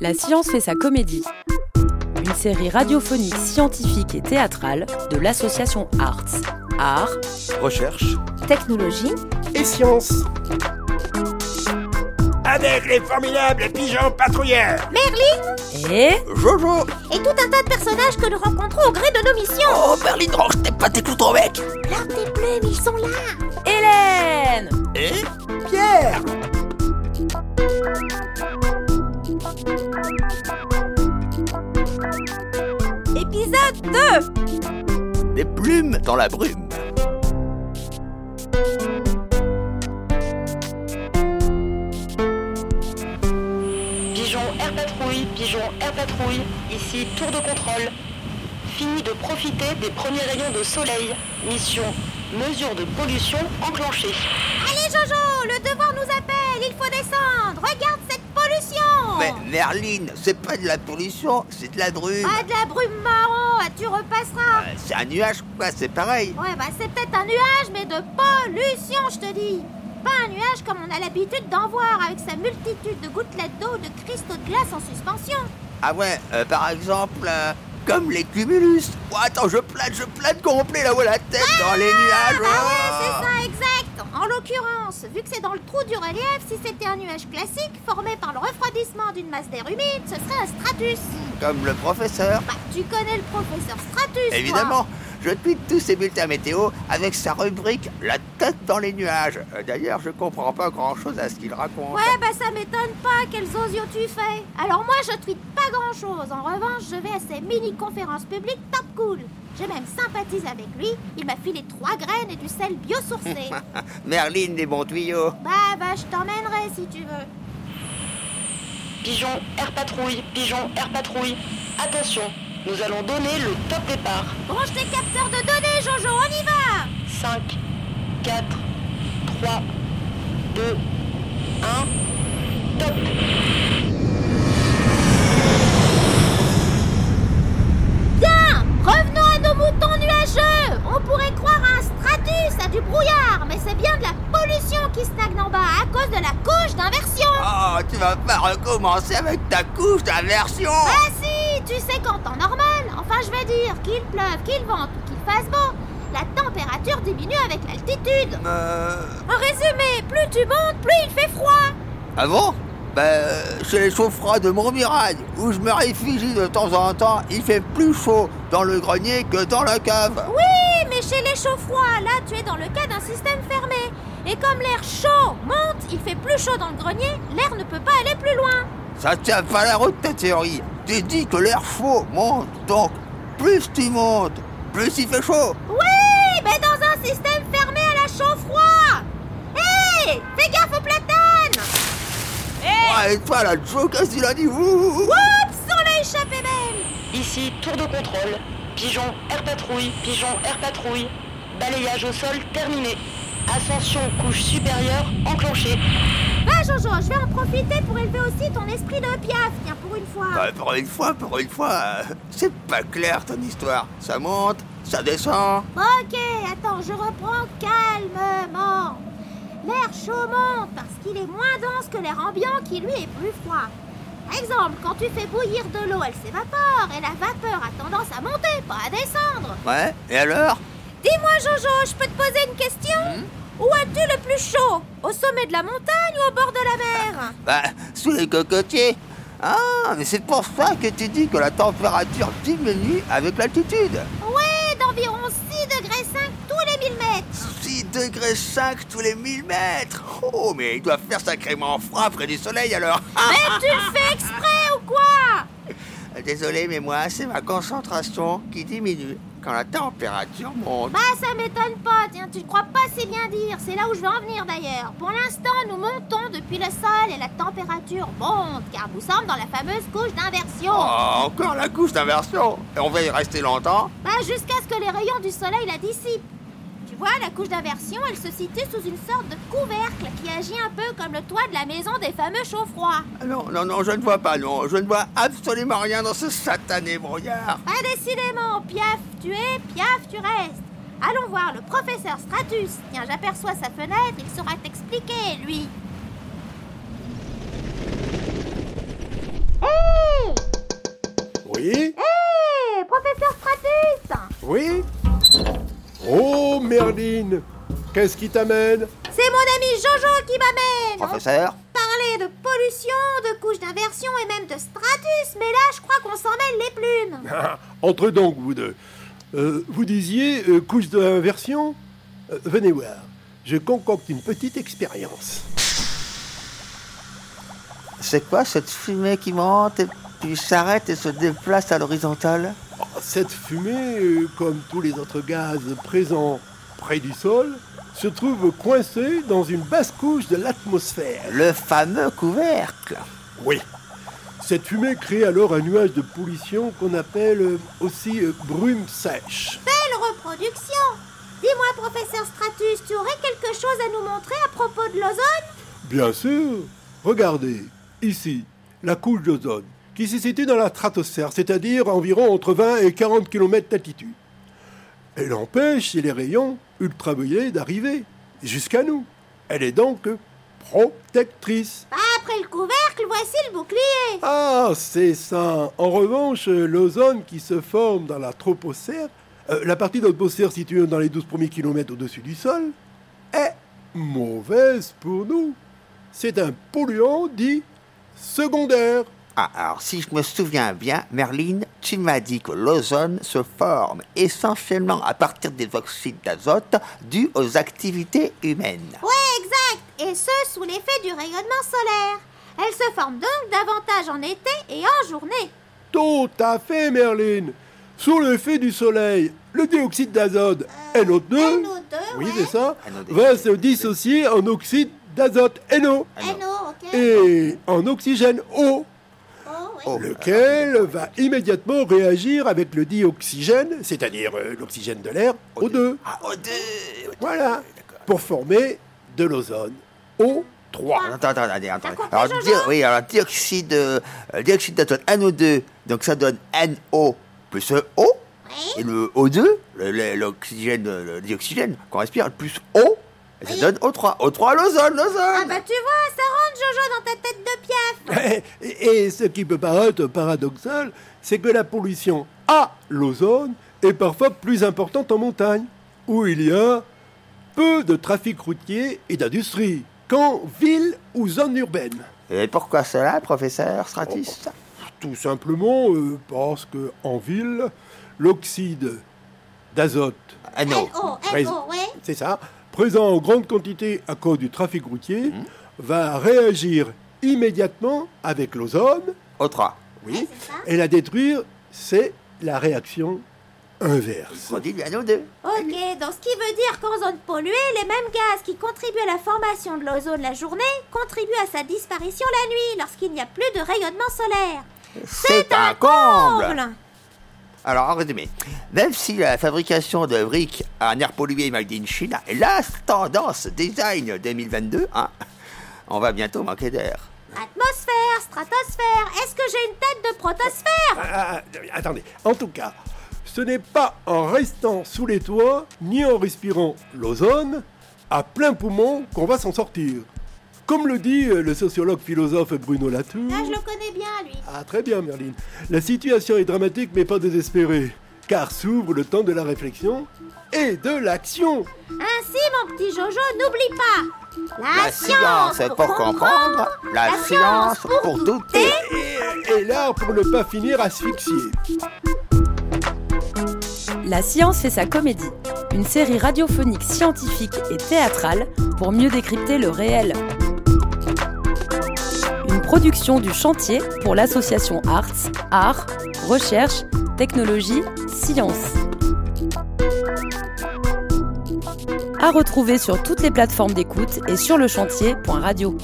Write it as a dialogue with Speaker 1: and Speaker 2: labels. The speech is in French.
Speaker 1: La science fait sa comédie. Une série radiophonique scientifique et théâtrale de l'association Arts. Art,
Speaker 2: Recherche.
Speaker 3: Technologie,
Speaker 4: et science.
Speaker 5: Avec les formidables pigeons patrouilleurs
Speaker 1: et...
Speaker 2: Jojo
Speaker 3: et tout un tas de personnages que nous rencontrons au gré de nos missions.
Speaker 2: Oh, Berlin Roche, t'es pas tes cloutons, mec
Speaker 3: Leurs des plumes, ils sont là.
Speaker 1: Hélène
Speaker 5: Hein
Speaker 2: Et
Speaker 4: Pierre
Speaker 3: Épisode
Speaker 2: Des plumes dans la brume.
Speaker 3: Oh.
Speaker 6: Pigeon Air Patrouille, Pigeon Air Patrouille, ici tour de contrôle. Fini de profiter des premiers rayons de soleil. Mission mesure de pollution enclenchée.
Speaker 3: Allez Jojo, le devoir nous appelle, il faut descendre. Regarde cette pollution.
Speaker 2: Mais Merline, c'est pas de la pollution, c'est de la brume.
Speaker 3: Ah de la brume marron, ah, tu repasseras.
Speaker 2: Euh, C'est un nuage, quoi, c'est pareil.
Speaker 3: Ouais bah c'est peut-être un nuage mais de pollution je te dis. Pas un nuage comme on a l'habitude d'en voir avec sa multitude de gouttelettes d'eau, de cristaux de glace en suspension.
Speaker 2: Ah ouais, euh, par exemple, euh, comme les cumulus. Oh, attends, je plane, je plane complet, là où la tête dans les nuages.
Speaker 3: Ah ouais,
Speaker 2: oh.
Speaker 3: c'est ça, exact En l'occurrence, vu que c'est dans le trou du relief, si c'était un nuage classique formé par le refroidissement d'une masse d'air humide, ce serait un stratus.
Speaker 2: Comme le professeur.
Speaker 3: Bah, tu connais le professeur Stratus, toi.
Speaker 2: Évidemment, je tweete tous ces bulletins météo avec sa rubrique La tête dans les nuages. Euh, D'ailleurs, je comprends pas grand chose à ce qu'il raconte.
Speaker 3: Ouais, bah ça m'étonne pas, quels osios tu fais Alors moi, je tweete pas grand-chose. En revanche, je vais à ses mini-conférences publiques top cool. J'ai même sympathisé avec lui, il m'a filé trois graines et du sel biosourcé.
Speaker 2: Merline des bons tuyaux.
Speaker 3: bah, bah, je t'emmènerai si tu veux.
Speaker 6: Pigeon Air Patrouille, Pigeon Air Patrouille. Attention, nous allons donner le top départ.
Speaker 3: Branche tes capteurs de données, Jojo, on y va
Speaker 6: 5, 4, 3, 2, 1, top
Speaker 3: Bien Revenons à nos moutons nuageux On pourrait croire à un stratus, à du brouillard, mais c'est bien de la pollution qui stagne en bas à cause de la couche d'inversion
Speaker 2: Oh, tu vas pas recommencer avec ta couche d'inversion.
Speaker 3: Ah si Tu sais qu'en temps normal, enfin je vais dire, qu'il pleuve, qu'il vente ou qu'il fasse beau, la température diminue avec l'altitude
Speaker 2: Euh.
Speaker 3: En résumé, plus tu montes, plus il fait froid
Speaker 2: Ah bon Ben, chez les chauffeurs de Montmirail, où je me réfugie de temps en temps, il fait plus chaud dans le grenier que dans la cave.
Speaker 3: Oui, mais chez les chauds froids, là tu es dans le cas d'un système fermé. Et comme l'air chaud monte, il fait plus chaud dans le grenier, l'air ne peut pas aller plus loin.
Speaker 2: Ça tient pas la route, ta théorie. Tu dis que l'air chaud monte, donc plus tu montes, plus il fait chaud.
Speaker 3: Oui, mais dans un système fermé à la chaud-froid. Hé, fais gaffe aux platanes
Speaker 2: Ouais, Ah, et toi, la Joe, qu'est-ce qu'il a dit Ouh, ouh, ouh.
Speaker 3: Oups, on l'a échappé belle
Speaker 6: Ici, tour de contrôle. Pigeon Air Patrouille, Pigeon Air Patrouille. Balayage au sol terminé. Ascension couche supérieure enclenchée.
Speaker 3: Va Jojo, je vais en profiter pour élever aussi ton esprit de piaf, tiens, pour une fois.
Speaker 2: Ouais, Bah, pour une fois, pour une fois, euh, c'est pas clair ton histoire. Ça monte, ça descend.
Speaker 3: Ok, attends, je reprends calmement. L'air chaud monte parce qu'il est moins dense que l'air ambiant qui lui est plus froid. Par exemple, quand tu fais bouillir de l'eau, elle s'évapore et la vapeur a tendance à monter, pas à descendre.
Speaker 2: Ouais, et alors
Speaker 3: Dis-moi Jojo, je peux te poser une question Où as-tu le plus chaud Au sommet de la montagne ou au bord de la mer
Speaker 2: Bah, sous les cocotiers. Ah, mais c'est pour ça que tu dis que la température diminue avec l'altitude.
Speaker 3: Ouais, d'environ 6 degrés 5 tous les 1000 mètres.
Speaker 2: 6 degrés 5 tous les 1000 mètres. Oh, mais il doit faire sacrément froid près du soleil alors. Ah,
Speaker 3: Mais tu le fais exprès ou quoi
Speaker 2: Désolé, mais moi, c'est ma concentration qui diminue quand la température monte.
Speaker 3: Bah ça m'étonne pas, tiens, tu ne crois pas si bien dire, c'est là où je vais en venir d'ailleurs. Pour l'instant, nous montons depuis le sol et la température monte car nous sommes dans la fameuse couche d'inversion.
Speaker 2: Oh, encore la couche d'inversion. Et on va y rester longtemps.
Speaker 3: Bah jusqu'à ce que les rayons du soleil la dissipent. Tu vois, la couche d'inversion, elle se situe sous une sorte de couvercle qui agit un peu comme le toit de la maison des fameux chauds-froids.
Speaker 2: Ah Non, non, non, je ne vois pas, non. Je ne vois absolument rien dans ce satané brouillard.
Speaker 3: Ah décidément, piaf tu es, piaf tu restes. Allons voir le professeur Stratus. Tiens, j'aperçois sa fenêtre, il saura t'expliquer, lui.
Speaker 5: Oui
Speaker 3: Hé, Eh, professeur Stratus
Speaker 5: Oui Oh, Merline Qu'est-ce qui t'amène
Speaker 3: C'est mon ami Jojo qui m'amène On
Speaker 2: Professeur
Speaker 3: parlait de pollution, de couches d'inversion et même de stratus, mais là, je crois qu'on s'en mêle les plumes.
Speaker 5: Ah, Entre donc, vous deux. Euh, vous disiez euh, couche d'inversion Euh, Venez voir. Je concocte une petite expérience.
Speaker 2: C'est quoi cette fumée qui monte et puis s'arrête et se déplace à l'horizontale
Speaker 5: Oh, Cette fumée, euh, comme tous les autres gaz présents près du sol, se trouve coincée dans une basse couche de l'atmosphère.
Speaker 2: Le fameux couvercle.
Speaker 5: Oui. Cette fumée crée alors un nuage de pollution qu'on appelle euh, aussi euh, brume sèche.
Speaker 3: Belle reproduction Dis-moi, professeur Stratus, tu aurais quelque chose à nous montrer à propos de l'ozone
Speaker 5: Bien sûr. Regardez, ici, la couche d'ozone, qui se situe dans la stratosphère, c'est-à-dire environ entre 20 et 40 km d'altitude. Elle empêche les rayons ultraviolets d'arriver jusqu'à nous. Elle est donc euh, protectrice.
Speaker 3: Bah, après le couvercle, voici le bouclier
Speaker 5: Ah, c'est ça. En revanche, euh, l'ozone qui se forme dans la troposphère, euh, la partie d'atmosphère située dans les 12 premiers kilomètres au-dessus du sol, est mauvaise pour nous. C'est un polluant dit secondaire.
Speaker 2: Ah, alors si je me souviens bien, Merline, tu m'as dit que l'ozone se forme essentiellement à partir des oxydes d'azote dus aux activités humaines.
Speaker 3: Ouais, exact Et ce, sous l'effet du rayonnement solaire. Elle se forme donc davantage en été et en journée.
Speaker 5: Tout à fait, Merlin. Sous le fait du soleil, le dioxyde d'azote, NO2,
Speaker 3: NO2,
Speaker 5: oui,
Speaker 3: ouais.
Speaker 5: c'est ça,
Speaker 2: NO2.
Speaker 5: va se dissocier en oxyde d'azote,
Speaker 3: NO,
Speaker 5: NO,
Speaker 3: Eh ok
Speaker 5: Ah et en oxygène, O.
Speaker 3: Oh, ouais.
Speaker 2: Oh,
Speaker 5: lequel va immédiatement réagir avec le dioxygène, c'est-à-dire euh, l'oxygène de l'air, O2.
Speaker 2: Ah, oh, deux.
Speaker 5: Voilà, pour former de l'ozone, O3.
Speaker 2: Attends, attends, attendez, attendez.
Speaker 3: compris,
Speaker 2: Alors,
Speaker 3: Jojo
Speaker 2: di- oui, alors dioxyde, euh, euh, dioxyde d'azote NO2, donc ça donne NO plus euh, O,
Speaker 3: Oui.
Speaker 2: et le O2, le- le- l'oxygène, le, dioxygène qu'on respire, plus O, et ça donne O3. O3, l'ozone, l'ozone
Speaker 3: Ah bah tu vois, ça rentre, Jojo, dans ta tête de piaf
Speaker 5: Et et ce qui peut paraître paradoxal, c'est que la pollution à l'ozone est parfois plus importante en montagne, où il y a peu de trafic routier et d'industrie, qu'en ville ou zone urbaine.
Speaker 2: Et pourquoi cela, professeur Stratus
Speaker 5: Tout simplement euh, parce que en ville, l'oxyde d'azote,
Speaker 2: NO.
Speaker 3: NO,
Speaker 5: Vas-y.
Speaker 3: NO, ouais
Speaker 5: c'est ça, présent en grande quantité à cause du trafic routier, va réagir immédiatement avec l'ozone
Speaker 2: O3.
Speaker 5: oui,
Speaker 3: c'est ça.
Speaker 5: et la détruire. C'est la réaction inverse.
Speaker 2: On dit du NO2.
Speaker 3: Ok, donc ce qui veut dire qu'en zone polluée, les mêmes gaz qui contribuent à la formation de l'ozone la journée contribuent à sa disparition la nuit lorsqu'il n'y a plus de rayonnement solaire.
Speaker 2: C'est un comble Alors, en résumé, même si la fabrication de briques à un air pollué made in China est la tendance design 2022, hein, on va bientôt manquer d'air.
Speaker 3: Atmosphère, stratosphère, est-ce que j'ai une tête de protosphère
Speaker 5: Ah, ah, attendez, en tout cas, ce n'est pas en restant sous les toits ni en respirant l'ozone à plein poumon qu'on va s'en sortir. Comme le dit euh, le sociologue philosophe Bruno Latour.
Speaker 3: Là, Ah, je le connais bien, lui.
Speaker 5: Ah, très bien, Merline. La situation est dramatique, mais pas désespérée, car s'ouvre le temps de la réflexion et de l'action.
Speaker 3: Ainsi, mon petit Jojo, n'oublie pas La,
Speaker 2: science pour comprendre, la science pour douter.
Speaker 5: Et, et l'art pour ne pas finir asphyxié.
Speaker 1: La science fait sa comédie, une série radiophonique scientifique et théâtrale pour mieux décrypter le réel. Une production du chantier pour l'association Arts, Arts, Recherche, Technologie, Science. À retrouver sur toutes les plateformes d'écoute et sur le chantier.radio.